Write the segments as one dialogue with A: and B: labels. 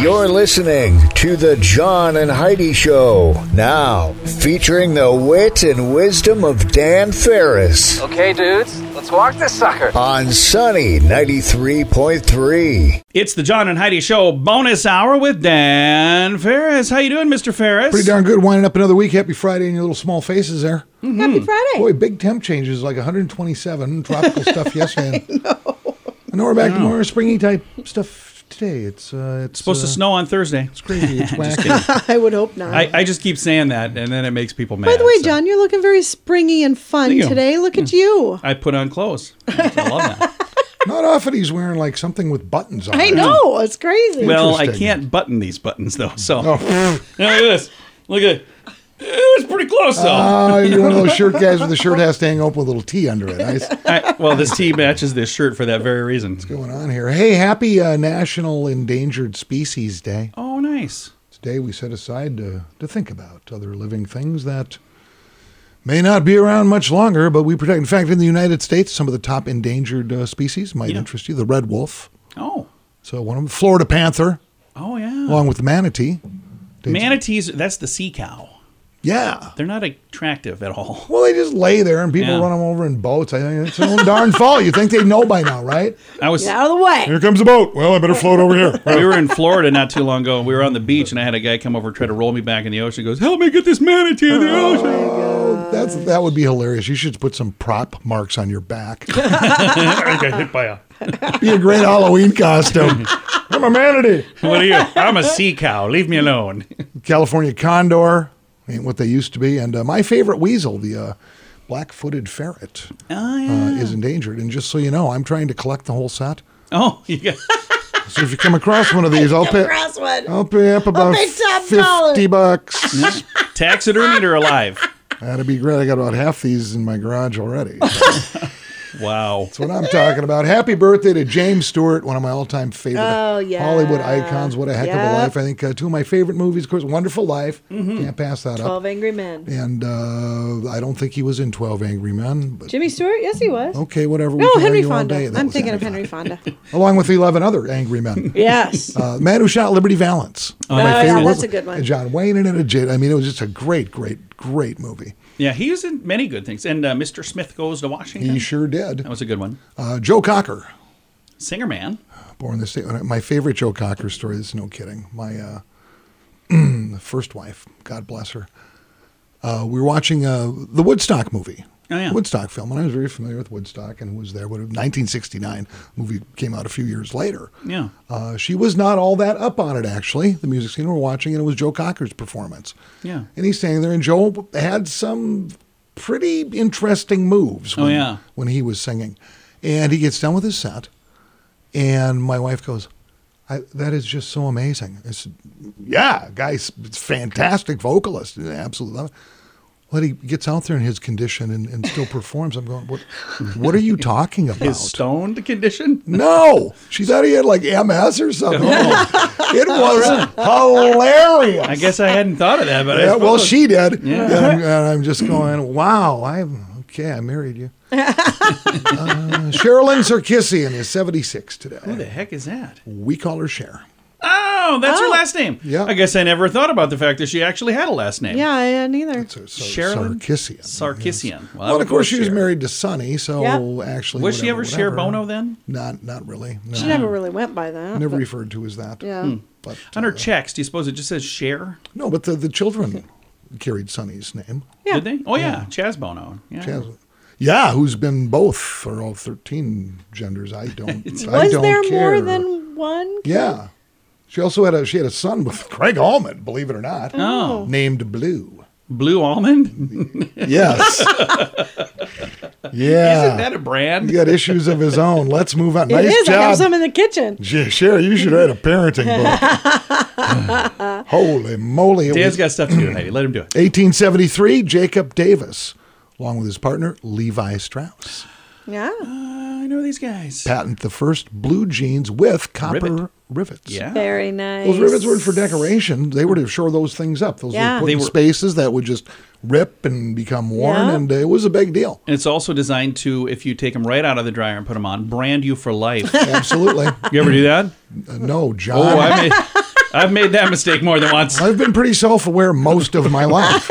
A: You're listening to The John and Heidi Show, now featuring the wit and wisdom of Dan Ferris
B: Okay, dudes, let's walk this sucker.
A: on Sunny 93.3.
C: It's the John and Heidi Show bonus hour with Dan Ferris. How you doing, Mr. Ferris?
D: Pretty darn good. Winding up another week. Happy Friday in your little small faces there.
E: Happy Friday.
D: Boy, big temp changes like 127 tropical stuff yesterday. I know. we're back to more springy type stuff today. It's uh, it's
C: Supposed to
D: uh,
C: snow on Thursday.
D: It's crazy. It's wacky.
F: I would hope not.
C: I, I just keep saying that, and then it makes people mad.
F: By the way,
C: so.
F: John, you're looking very springy and fun
C: Thank you.
F: today. Look at you.
C: I put on clothes. I love that.
D: Not often he's wearing like something with buttons on.
F: I
D: it.
F: know. It's crazy.
C: well, I
D: Interesting.
C: can't button these buttons though. So
D: Oh,
C: Now, look at this. Look at it. It's pretty close though.
D: ah, you're one of those shirt guys with the shirt has to hang open with a little T under it. Nice. What's
C: I- well, this tee matches this shirt for that very reason.
D: going on here? Hey, happy uh, National Endangered Species Day.
C: Oh, nice.
D: Today we set aside to, to think about other living things that may not be around much longer, but we protect. In fact, in the United States, some of the top endangered uh, species might
C: Yeah.
D: interest you. The red wolf,
C: Oh,
D: so one of them, Florida panther,
C: oh yeah.
D: along with the manatee.
C: Manatees. That's the sea cow.
D: Yeah.
C: They're not attractive at all.
D: Well, they just lay there and people
C: Yeah.
D: run them over in boats. I think it's their own darn fault. You think they know by now, right?
C: I was
F: Get out of the way.
D: Here comes a boat. Well, I better float over here.
C: we were in Florida not too long ago. We were on the beach, and I had a guy come over try to roll me back in the ocean. He goes, help me get this manatee in the ocean.
D: Oh, That's that would be hilarious. You should put some prop marks on your back.
C: I got hit by a.
D: be a great Halloween costume. I'm a manatee.
C: What are you? I'm a sea cow. Leave me alone.
D: California condor ain't what they used to be, and uh, my favorite weasel, the uh, black-footed ferret,
C: Oh,
D: uh, is endangered. And just so you know, I'm trying to collect the whole set.
C: Oh, you got,
D: So if you come across one of these, I'll pay.
F: Cross one.
D: I'll pay up about
F: pay top
D: fifty bucks.
C: taxidermied or alive?
D: That'd be great. I got about half these in my garage already. That's
C: Wow.
D: what I'm talking about. Happy birthday to James Stewart, one of my all-time favorite
F: Oh, yeah.
D: Hollywood icons. What a heck of
F: Yep.
D: a life! I think uh, two of my favorite movies, of course, Wonderful Life. Can't pass that up.
F: 12 Angry Men.
D: And uh, I don't think he was in Twelve Angry Men, but
F: Jimmy Stewart? Yes, he was.
D: Okay, whatever. we
F: No,
D: can
F: Henry
D: argue all day.
F: Fonda.
D: That
F: I'm
D: was
F: thinking of Henry Fonda.
D: Along with 11 other angry men.
F: yes.
D: Uh, the man who shot Liberty Valance.
F: Oh, yeah,
D: Favorite
F: that's
D: was-
F: a good one.
D: and John Wayne in it. and Jane- I mean, it was just a great, great, great movie.
C: Yeah, he was in many good things. And uh, Mr. Smith Goes to Washington.
D: He sure did.
C: That was a good one.
D: Uh, Joe Cocker,
C: Singer Man.
D: born this day. My favorite Joe Cocker story. This is no kidding. My uh, first wife, God bless her. Uh, we were watching uh, the Woodstock movie.
C: Oh, yeah.
D: Woodstock film, and I was very familiar with Woodstock and was there. But 1969 movie came out a few years later.
C: Yeah.
D: Uh, she was not all that up on it, actually. The music scene we're watching, and it was Joe Cocker's performance.
C: Yeah.
D: And he's standing there, and Joe had some pretty interesting moves
C: Oh,
D: when,
C: yeah.
D: when he was singing. And he gets done with his set, and my wife goes, I, That is just so amazing. I said, Yeah, guy's fantastic vocalist. Absolutely love it. Well, he gets out there in his condition and, and still performs. I'm going, What, what are you talking about?
C: His stoned condition.
D: No, she thought he had like MS or something. it was hilarious.
C: I guess I hadn't thought of that, but
D: Yeah,
C: I
D: well,
C: suppose-
D: she did. And, I'm, and I'm just going, wow, I'm okay. I married you. uh, Sherilyn Sarkisian is 76
C: Who the
D: today.
C: heck is that?
D: We call her Cher.
C: Oh, that's her last name.
D: Yeah.
C: I guess I never thought about the fact that she actually had a last name.
F: yeah, yeah, neither.
D: So, so
C: Sherilyn
D: Sarkisian.
C: Sarkisian.
D: Well,
C: I
D: of course,
C: would
D: she was
C: share.
D: married to Sonny, so
F: Yeah.
D: actually,
C: Was she ever
D: whatever,
C: Cher
D: whatever.
C: Bono then?
D: Not, not really. No.
F: She never really went by that.
D: Never
F: but-
D: referred to as that.
F: Yeah.
D: But
C: On Hmm. her
D: uh,
C: checks, do you suppose it just says Cher?
D: no, but the, the children carried Sonny's name.
F: Yeah.
C: Did they? Oh yeah, Chaz Bono. Yeah.
D: Chaz- Yeah, who's been both for all thirteen genders? I don't. I
F: Was
D: don't
F: there
D: care.
F: more than one?
D: Yeah, she also had a she had a son with Craig Allman, believe it or not,
C: Oh.
D: named Blue.
C: Blue Almond?
D: Yes. yeah.
C: Isn't that a brand?
D: he got issues of his own. Let's move on.
F: it
D: nice
F: is. I
D: job.
F: have some in the kitchen.
D: Gee, Sherry, you should write a parenting book. Holy moly. It
C: Dan's
D: was
C: got stuff to do, Heidi. Let him do it.
D: 1873, Jacob Davis, along with his partner, Levi Strauss,
F: Yeah.
C: I know these guys.
D: patent the first blue jeans with copper
C: Rivet.
D: rivets.
C: Yeah.
F: Very nice.
D: Those rivets weren't for decoration. They were to shore those things up. Those
F: Yeah.
D: were put
C: They
D: in
C: were-
D: spaces that would just rip and become worn,
F: Yeah.
D: and it was a big deal.
C: And it's also designed to, if you take them right out of the dryer and put them on, brand you for life.
D: Absolutely.
C: You ever do that?
D: Uh, no, John.
C: Oh, I made, I've made that mistake more than once.
D: I've been pretty self aware most of my life.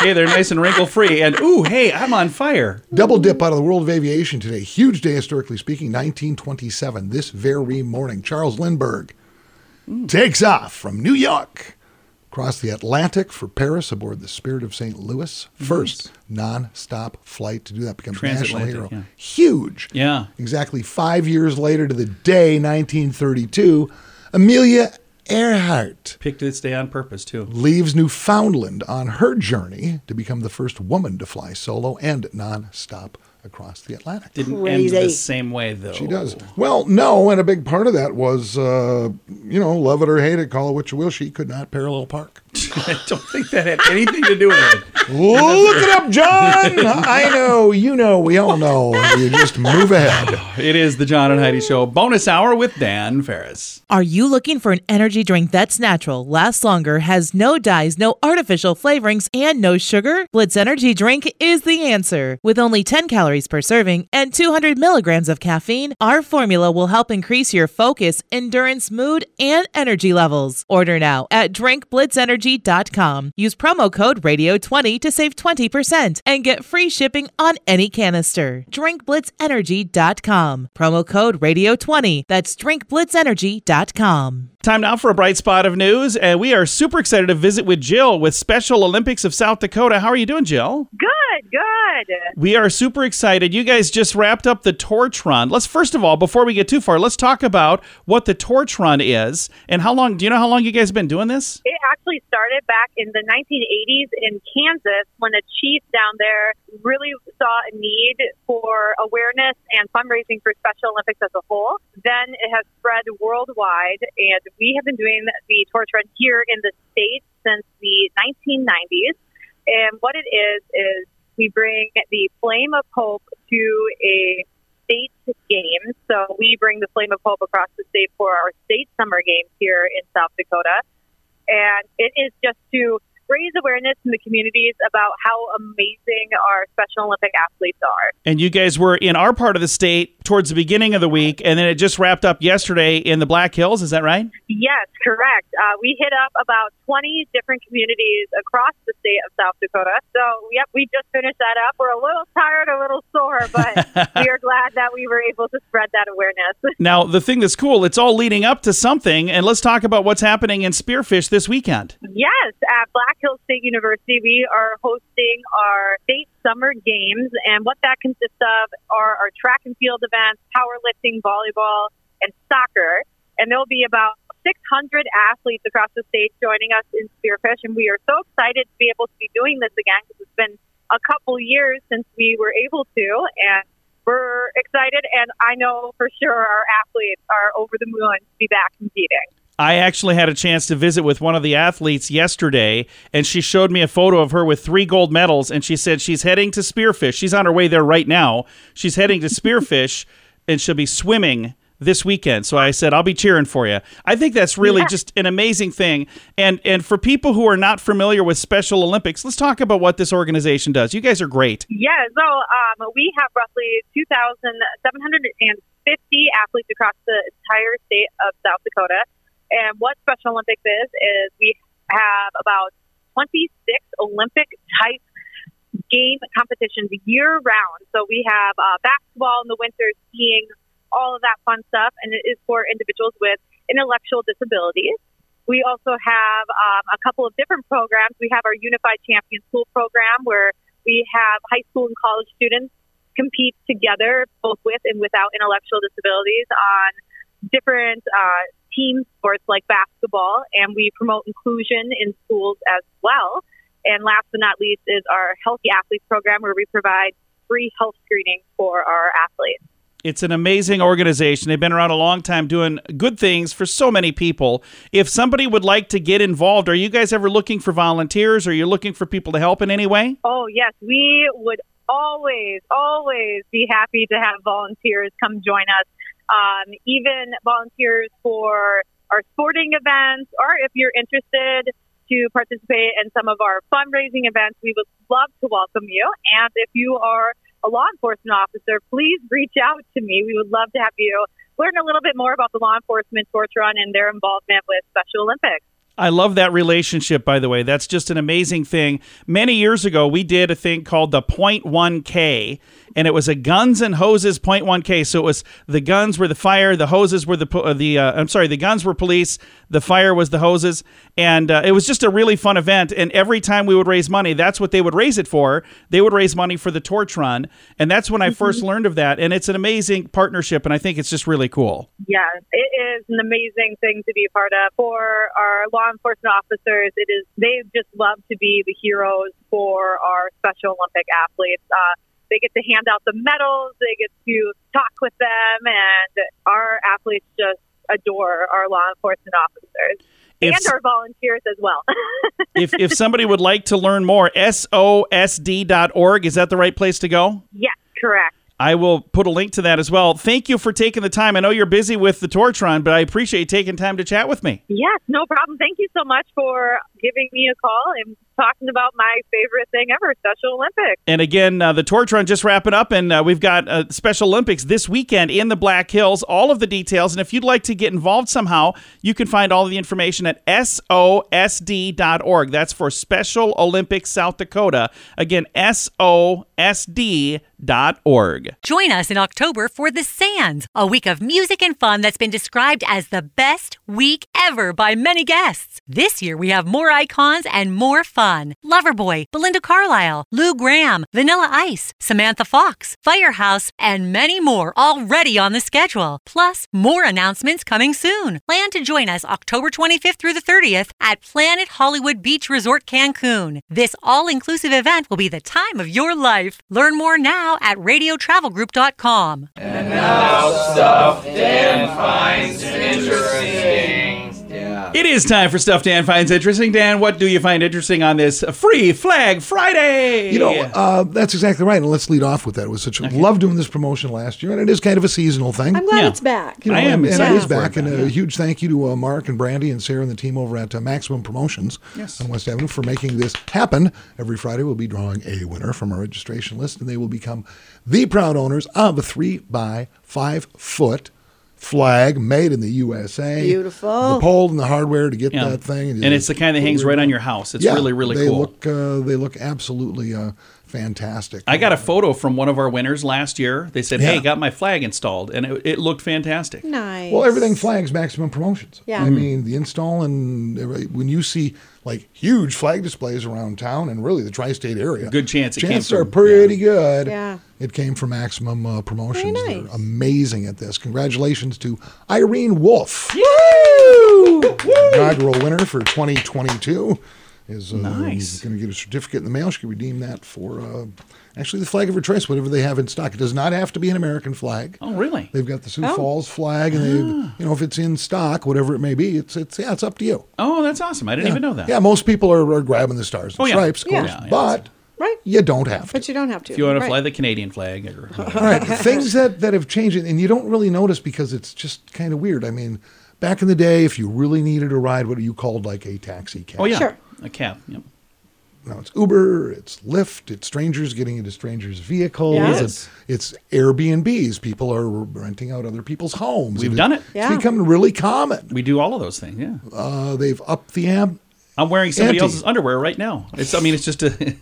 C: Hey, they're nice and wrinkle free. And ooh, hey, I'm on fire.
D: Double dip out of the world of aviation today. Huge day, historically speaking, 1927, this very morning. Charles Lindbergh takes off from New York across the Atlantic for Paris aboard the Spirit of St. Louis. First non stop flight to do that, become a national hero.
C: Transatlantic, yeah.
D: Huge.
C: Yeah.
D: Exactly five years later to the day, 1932, Amelia Earhart
C: Picked this day on purpose too.
D: leaves Newfoundland on her journey to become the first woman to fly solo and non-stop across the Atlantic.
C: Didn't end
F: Crazy.
C: the same way though.
D: she does. Well, no, and a big part of that was, uh, you know, love it or hate it, call it what you will, she could not parallel park.
C: I don't think that had anything to do with it.
D: Look it up, John! I know, you know, we all know. You just move ahead.
C: It is the John and Heidi Show bonus hour with Dan Ferris.
G: Are you looking for an energy drink that's natural, lasts longer, has no dyes, no artificial flavorings, and no sugar? Blitz Energy Drink is the answer. With only 10 calories per serving and 200 milligrams of caffeine, our formula will help increase your focus, endurance, mood, and energy levels. Order now at drinkblitzenergy.com. Use promo code RADIO20 to save 20% and get free shipping on any canister. drinkblitzenergy.com. Promo code RADIO20. That's drinkblitzenergy.com.
C: Time now for a bright spot of news, and we are super excited to visit with Jill with Special Olympics of South Dakota. How are you doing, Jill?
H: Good, good.
C: We are super excited. You guys just wrapped up the torch run. Let's first of all, before we get too far, let's talk about what the torch run is and how long. Do you know how long you guys been doing this?
H: It actually started back in the 1980s in Kansas when a chief down there really saw a need for awareness and fundraising for Special Olympics as a whole. Then it has spread worldwide, and we have been doing the torch run here in the States since the 1990s. And what it is, is we bring the flame of hope to a state games. So we bring the flame of hope across the state for our state summer games here in South Dakota. And it is just to raise awareness in the communities about how amazing our Special Olympic athletes are.
C: And you guys were in our part of the state towards the beginning of the week, and then it just wrapped up yesterday in the Black Hills. Is that right?
H: Yes, correct. Uh, we hit up about 20 different communities across the state of South Dakota. So, yep, we just finished that up. We're a little tired, a little sore, but we are glad that we were able to spread that awareness.
C: Now, the thing that's cool, it's all leading up to something, and let's talk about what's happening in Spearfish this weekend.
H: Yes, at Black Hills State University, we are hosting our state summer games. And what that consists of are our track and field events, powerlifting, volleyball, and soccer. And there will be about 600 athletes across the state joining us in Spearfish. And we are so excited to be able to be doing this again because it's been a couple years since we were able to. And we're excited. And I know for sure our athletes are over the moon to be back competing.
C: I actually had a chance to visit with one of the athletes yesterday, and she showed me a photo of her with three gold medals, and she said she's heading to Spearfish. She's on her way there right now. She's heading to Spearfish, and she'll be swimming this weekend. So I said, I'll be cheering for you. I think that's really just an amazing thing. And and for people who are not familiar with Special Olympics, let's talk about what this organization does. You guys are great.
H: Yeah, so um, we have roughly 2,750 athletes across the entire state of South Dakota. And what Special Olympics is, is we have about 26 Olympic type game competitions year round. So we have uh, basketball in the winter, skiing, all of that fun stuff, and it is for individuals with intellectual disabilities. We also have um, a couple of different programs. We have our Unified Champion School program where we have high school and college students compete together, both with and without intellectual disabilities, on different uh, team sports like basketball, and we promote inclusion in schools as well. And last but not least is our Healthy Athletes program, where we provide free health screening for our athletes.
C: It's an amazing organization. They've been around a long time doing good things for so many people. If somebody would like to get involved, are you guys ever looking for volunteers? Are you looking for people to help in any way?
H: Oh, yes, we would always, always be happy to have volunteers come join us. Um, even volunteers for our sporting events, or if you're interested to participate in some of our fundraising events, we would love to welcome you. And if you are a law enforcement officer, please reach out to me. We would love to have you learn a little bit more about the Law Enforcement Torch Run and their involvement with Special Olympics.
C: I love that relationship, by the way. That's just an amazing thing. Many years ago, we did a thing called the 0.1K, and it was a guns and hoses 0.1K. So it was the guns were the fire, the hoses were the po- uh, the uh, I'm sorry, the guns were police, the fire was the hoses, and uh, it was just a really fun event. And every time we would raise money, that's what they would raise it for. They would raise money for the torch run, and that's when I
H: Mm-hmm.
C: first learned of that. And it's an amazing partnership, and I think it's just really cool.
H: Yeah, it is an amazing thing to be a part of. For our law enforcement officers, it is they just love to be the heroes for our Special Olympic athletes. Uh, they get to hand out the medals, they get to talk with them, and our athletes just adore our law enforcement officers
C: If-
H: and our volunteers as well.
C: if if somebody would like to learn more, sosd.org, is that the right place to go?
H: yes, correct.
C: I will put a link to that as well. Thank you for taking the time. I know you're busy with the torch run, but I appreciate you taking time to chat with me.
H: Yes, no problem. Thank you so much for giving me a call and talking about my favorite thing ever, Special Olympics.
C: And again, uh, the torch run just wrapping up, and uh, we've got uh, Special Olympics this weekend in the Black Hills. All of the details, and if you'd like to get involved somehow, you can find all of the information at sosd.org. That's for Special Olympics South Dakota. Again, sosd.org.
I: Join us in October for The Sands, a week of music and fun that's been described as the best week ever by many guests. This year we have more icons and more fun. Loverboy, Belinda Carlisle, Lou Graham, Vanilla Ice, Samantha Fox, Firehouse, and many more already on the schedule. Plus, more announcements coming soon. Plan to join us October 25th through the 30th at Planet Hollywood Beach Resort Cancun. This all inclusive event will be the time of your life. Learn more now at radiotravelgroup.com.
B: Now stuff Dan finds interesting.
C: It is time for stuff Dan finds interesting. Dan, what do you find interesting on this Free Flag Friday?
D: You know, uh, that's exactly right. And let's lead off with that. It was such a love doing this promotion last year, and it is kind of a seasonal thing.
F: I'm glad it's back.
D: You know,
C: I am
D: and, and
C: excited
D: it is
C: for
D: back.
C: it,
D: And
C: man.
D: a
C: Yeah.
D: huge thank you to uh, Mark and Brandy and Sarah and the team over at uh, Maximum Promotions
C: Yes.
D: on West Avenue for making this happen. Every Friday, we'll be drawing a winner from our registration list, and they will become the proud owners of a three by five foot flag made in the USA.
F: Beautiful.
D: The pole and the hardware to get
C: Yeah.
D: that thing.
C: And it's the kind that hangs right on your house. It's
D: Yeah,
C: really, really
D: they
C: cool.
D: Look, uh, they look absolutely uh, fantastic.
C: I got a photo from one of our winners last year. They said, "Hey,
D: Yeah.
C: got my flag installed," and it, it looked fantastic.
F: Nice.
D: Well, everything flags maximum promotions.
F: Yeah.
C: Mm-hmm.
D: I mean, the install and every- when you see like huge flag displays around town and really the tri state area,
C: Good chance it came
D: chances are
C: from.
D: pretty good.
F: Yeah.
D: It came from Maximum uh, Promotions.
F: Very
D: They're
F: nice.
D: amazing at this. Congratulations to Irene Wolf, inaugural winner for 2022. Is uh,
C: Nice.
D: going to get a certificate in the mail. She can redeem that for uh, actually the flag of her choice, whatever they have in stock. It does not have to be an American flag.
C: Oh, really?
D: They've got the Sioux
F: Oh. Ah.
D: Falls flag, and they've you know if it's in stock, whatever it may be, it's it's yeah, it's up to you.
C: Oh, that's awesome! I didn't even know that.
D: Yeah, most people are, are grabbing the stars and
C: Oh, yeah.
D: stripes, of
F: Yeah.
D: course,
F: Yeah,
C: yeah,
D: but
F: Right.
D: you don't have to.
F: But you don't have to.
C: If you want to
F: Right.
C: fly the Canadian flag, or
D: All right, the things that that have changed, and you don't really notice because it's just kind of weird. I mean, back in the day, if you really needed a ride, what you called like a taxi cab?
C: oh yeah,
F: Sure.
C: a cap. Yep.
D: Now it's Uber, it's Lyft, it's strangers getting into strangers' vehicles,
F: Yes.
D: it's, it's Airbnbs. People are renting out other people's homes.
C: We've done it.
D: It's
F: Yeah.
D: become really common.
C: We do all of those things. Yeah,
D: Uh, they've upped the amp.
C: I'm wearing somebody
D: Empty.
C: else's underwear right now. It's. I mean, it's just a.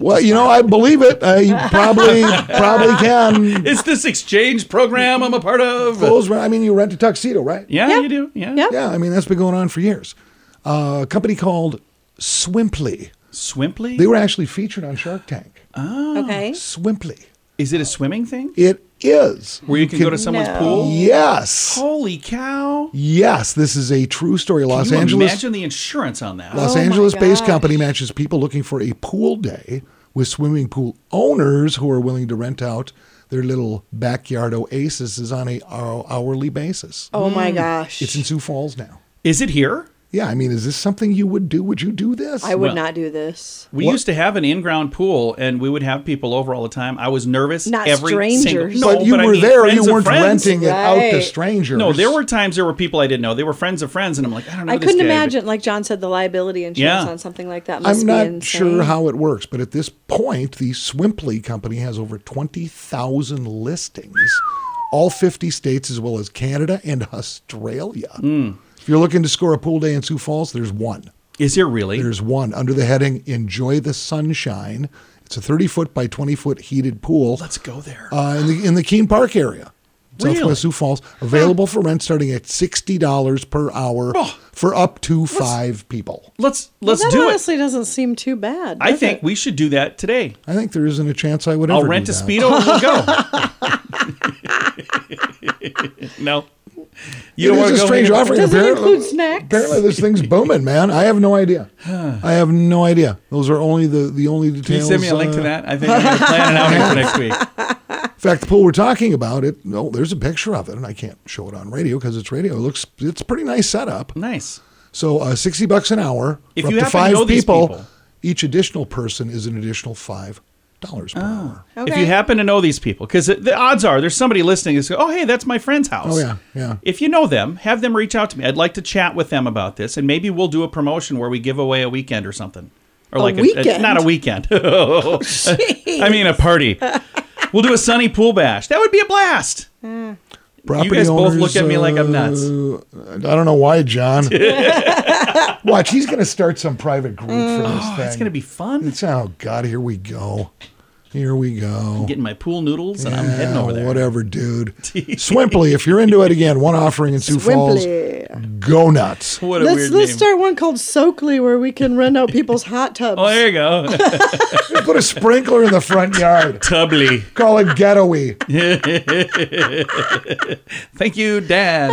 D: Well, you know, I believe it. I probably probably can.
C: it's this exchange program I'm a part of.
D: Clothes. I mean, you rent a tuxedo, right?
C: Yeah,
F: Yeah.
C: you do. Yeah.
F: Yeah.
D: Yeah. I mean, that's been going on for years. Uh, a company called Swimply.
C: Swimply.
D: They were actually featured on Shark Tank.
F: Okay.
D: Swimply.
C: Is it a swimming thing?
D: It is.
C: Where you can go to someone's No. pool?
D: Yes.
C: Holy cow.
D: Yes, this is a true story. Los
C: Can you
D: Angeles
C: Imagine the insurance on that.
F: Oh
D: Los Angeles based company matches people looking for a pool day with swimming pool owners who are willing to rent out their little backyard oasis on a hou- hourly basis.
F: Oh my Mm. gosh.
D: It's in Sioux Falls now.
C: Is it here?
D: Yeah, I mean, is this something you would do? Would you do this?
F: I would
C: Well,
F: not do this.
C: We used to have an in-ground pool, and we would have people over all the time. I was nervous.
F: Not
C: every
F: strangers.
C: single- no,
D: But you
C: I
D: were
C: mean
D: there, you
C: friends of
D: weren't
C: friends.
D: renting it out to Right. strangers.
C: No, there were times there were people I didn't know. They were friends of friends, and I'm like, I don't know.
F: I
C: this
F: couldn't
C: guy, but-
F: imagine, like John said, the liability insurance
C: Yeah.
F: on something like that. Must
D: I'm
F: be
D: not
F: insane.
D: sure how it works, but at this point, the Swimply company has over 20,000 listings, all 50 states as well as Canada and Australia.
C: Hmm.
D: If you're looking to score a pool day in Sioux Falls, there's one.
C: Is there really?
D: There's one under the heading Enjoy the Sunshine. It's a 30 foot by 20 foot heated pool. Let's
C: go there.
D: Uh, in, the, in the Keene Park area.
C: Really?
D: Southwest Sioux Falls, available for rent starting at $60 per hour for up to five people.
C: Let's
F: Well,
C: let's
F: that
C: do it.
F: honestly doesn't seem too bad.
C: I
F: does
C: think
F: it?
C: we should do that today.
D: I think there isn't a chance I would ever
C: I'll rent
D: do
C: a
D: that.
C: speedo and we'll go. no, you
D: It
C: don't
D: is
C: want to
D: a
C: go.
D: strange
C: here?
D: offering. apparently,
F: snacks?
D: apparently this thing's booming, man. I have no idea. I have no idea. Those are only the the only details.
C: Can you send me a link to
D: uh,
C: that? I think I'm going to plan an outing for next week.
D: In fact, the pool we're talking about, it no, there's a picture of it, and I can't show it on radio because it's radio. It looks it's a pretty nice setup.
C: Nice.
D: So uh, sixty bucks an hour
C: If
D: for
C: you
D: up to
C: happen to
D: five
C: know these
D: people,
C: people.
D: Each additional person is an additional five dollars per hour.
C: If Oh. you happen to know these people, because the odds are there's somebody listening that's going, oh, hey, that's my friend's house.
D: Oh yeah, yeah.
C: If you know them, have them reach out to me. I'd like to chat with them about this, and maybe we'll do a promotion where we give away a weekend or something, or
F: A
C: like
F: weekend?
C: not a weekend. I mean a party. we'll do a sunny pool bash. That would be a blast. Oh,
D: Property
C: you guys both
D: owners,
C: look at me like I'm nuts.
D: uh, I don't know why, John. Watch, he's going to start some private group for this
C: Oh,
D: thing.
C: it's gonna be fun.
D: It's oh god, here we go, here we go.
C: I'm getting my pool noodles, and I'm
D: Yeah,
C: heading over there.
D: Whatever, dude. Swimply, if you're into it again, one offering in Sioux
F: Swimply.
D: Falls. Go nuts.
C: What
F: let's let's start one called Soakley where we can rent out people's hot tubs.
C: Oh, there you go.
D: Put a sprinkler in the front yard.
C: Tubly.
D: Call it ghettoy.
C: Thank you, Dan.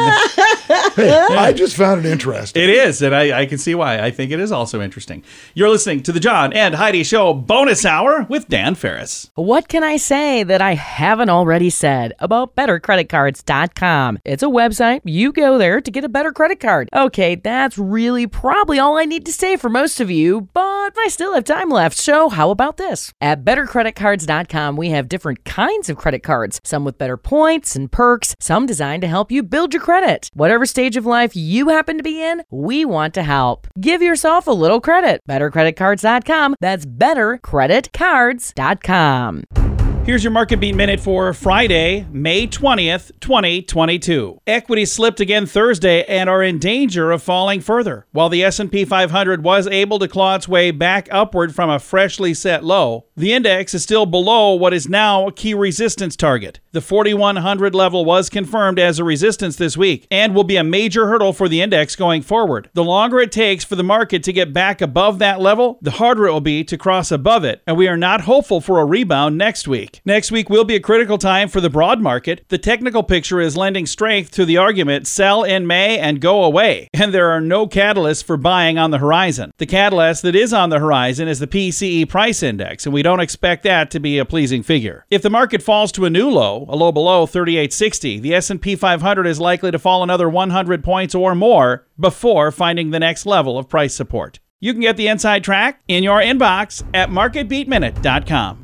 D: Hey, I just found it interesting.
C: It is, and I, I can see why. I think it is also interesting. You're listening to the John and Heidi Show Bonus Hour with Dan Ferris.
J: What can I say that I haven't already said about bettercreditcards.com? It's a website. You go there to get a better credit card. Okay, that's really probably all I need to say for most of you, but I still have time left. So, how about this? At bettercreditcards.com, we have different kinds of credit cards, some with better points and perks, some designed to help you build your credit. Whatever stage of life you happen to be in, we want to help. Give yourself a little credit. Bettercreditcards.com. That's bettercreditcards.com.
C: Here's your market beat minute for Friday, May 20th, 2022. Equities slipped again Thursday and are in danger of falling further. While the S&P 500 was able to claw its way back upward from a freshly set low, the index is still below what is now a key resistance target. The 4100 level was confirmed as a resistance this week and will be a major hurdle for the index going forward. The longer it takes for the market to get back above that level, the harder it will be to cross above it, and we are not hopeful for a rebound next week. Next week will be a critical time for the broad market. The technical picture is lending strength to the argument sell in May and go away, and there are no catalysts for buying on the horizon. The catalyst that is on the horizon is the PCE price index, and we don't expect that to be a pleasing figure. If the market falls to a new low, a low below 3860, the S&P 500 is likely to fall another 100 points or more before finding the next level of price support. You can get the inside track in your inbox at marketbeatminute.com.